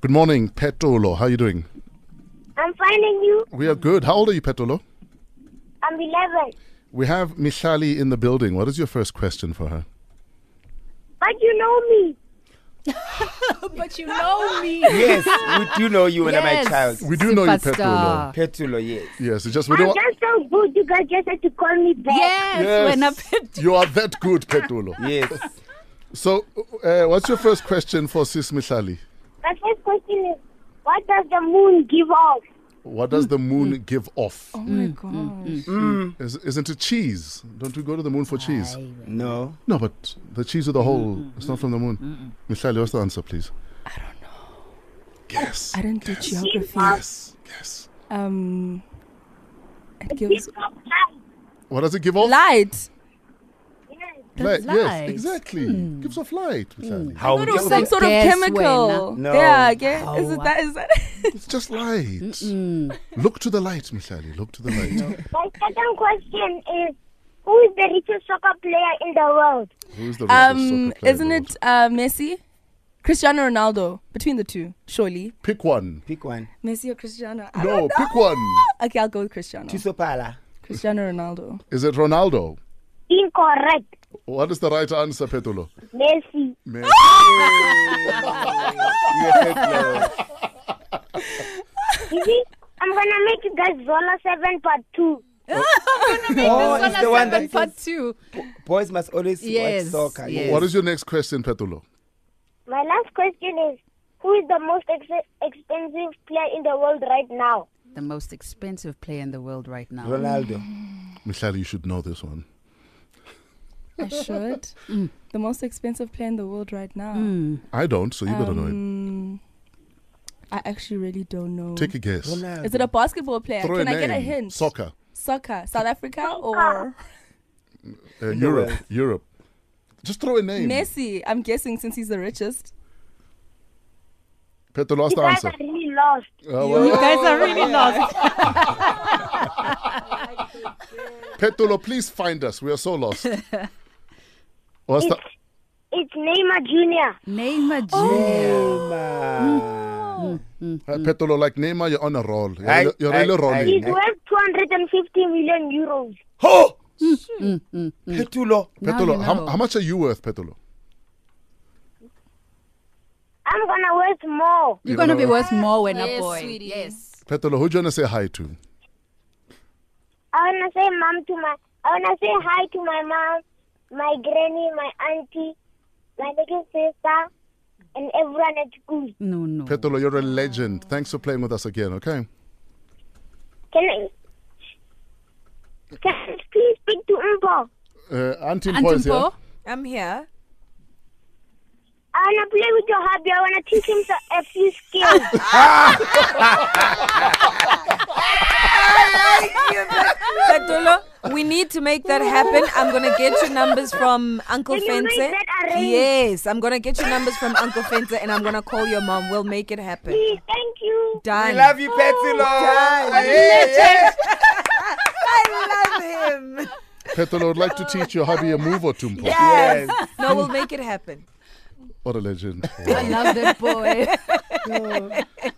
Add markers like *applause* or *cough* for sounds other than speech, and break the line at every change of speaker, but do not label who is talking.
Good morning, Petolo. How are you doing?
I'm finding you.
We are good. How old are you, Petolo?
I'm 11.
We have Mishali in the building. What is your first question for her?
But you know me.
But you know me.
Yes, we do know you when I'm
Yes.
a child.
We do know you, Petolo.
Superstar.
Petulo, yes.
Yes, it's just we
I'm
don't.
just so good. You guys just had to call me back.
Yes, when I
*laughs*
pet-
you are that good, Petolo.
Yes.
So, uh, what's your first question for Sis Mishali?
My first question is, what does the moon give off?
What does the moon give off?
Oh my gosh.
Is, isn't it cheese? Don't we go to the moon for cheese?
No.
No, but the cheese with the hole,
Mm-hmm.
it's not from the moon. Mishali, what's the answer, please? I don't know. Yes.
I don't do geography.
Yes. Yes.
Um, it
It
gives
gives off light.
What does it give off?
light.
Yes.
That's
Yes,
light. Hmm.
exactly. Gives off light. Mishali.
How
It was
It's
some
a
sort of
guess
chemical.
when, uh,
Yeah,
No.
okay. Is it
Oh.
that?
*laughs*
Is that?
It's just light. Look to the light, Mishali. Look to the light.
My second question is, who is the richest soccer player in the world?
Who's the richest soccer
um,
player in
isn't
the
it
world?
uh, Messi, Cristiano Ronaldo? Between the two, surely
Pick one.
Pick one.
Messi or Cristiano? I
No,
don't know.
pick one.
Okay, I'll go with Cristiano.
Tisopala.
Cristiano Ronaldo.
Is it Ronaldo?
Incorrect.
What is the right answer, Petolo?
Messi.
Messi.
You're so close.
You see, I'm gonna make you guys Zola 7 part 2.
Oh, it's the one that
part two.
boys must always watch
Yes,
soccer.
yes.
What is your next question, Petolo?
My last question is, who is the most ex- expensive player in the world right now?
the most expensive player in the world right now.
Ronaldo.
Mishali, you should know this one.
I *laughs* should.
Mm.
The most expensive player in the world right now.
Hmm.
I don't, so Mm. you better know it.
Um, I actually really don't know.
Take a guess.
Ronaldo.
Is it a basketball player?
Throw
Can
a
I get a
name.
hint?
Soccer.
Soccer. South Africa or
Uh,
the
Europe.
world.
Europe. Just throw a name.
Messi? I'm guessing since he's the richest.
Petolo, what's the
You guys
answer?
are really lost.
Uh, well,
You guys are really lost.
Petolo, please find us. We are so
*laughs*
lost. What's the,
It's Neymar Jr.
Neymar
Oh.
Jr.
Neymar.
uh, Petolo, like Neymar, you're on a roll. You're,
Aye,
really- you're
aye,
really
aye.
rolling.
He's worth 250 million euros.
Ho! Petulo.
Now
Petolo,
you
how,
know.
how much are you worth, Petolo?
I'm gonna worth more.
You're gonna be worth more when a
Yes,
boy.
sweetie.
Yes.
Petolo, who do you want to say hi to?
I wanna say mom to my, I wanna say hi to my mom, my granny, my auntie, my little sister, and everyone at school.
No, no.
Petolo, you're a legend. Thanks for playing with us again, okay?
Can I, can I please speak to Umpo?
Uh, Auntie Mpo is here.
Antimpo,
I'm here.
I wanna play with your hubby. I wanna teach him so- a few skills.
Petolo, we need to make that happen. I'm gonna get your numbers from Uncle
Can you
Fencer.
make that arrange?
Yes, I'm gonna get your numbers from Uncle Fencer, and I'm gonna call your mom. We'll make it happen.
Please, thank you.
Done.
We love you, Petulo.
I love him.
Petolo would like to teach your hubby a move or two. Mpo.
Yes.
No, we'll make it happen.
*laughs*
What a legend.
I love that boy.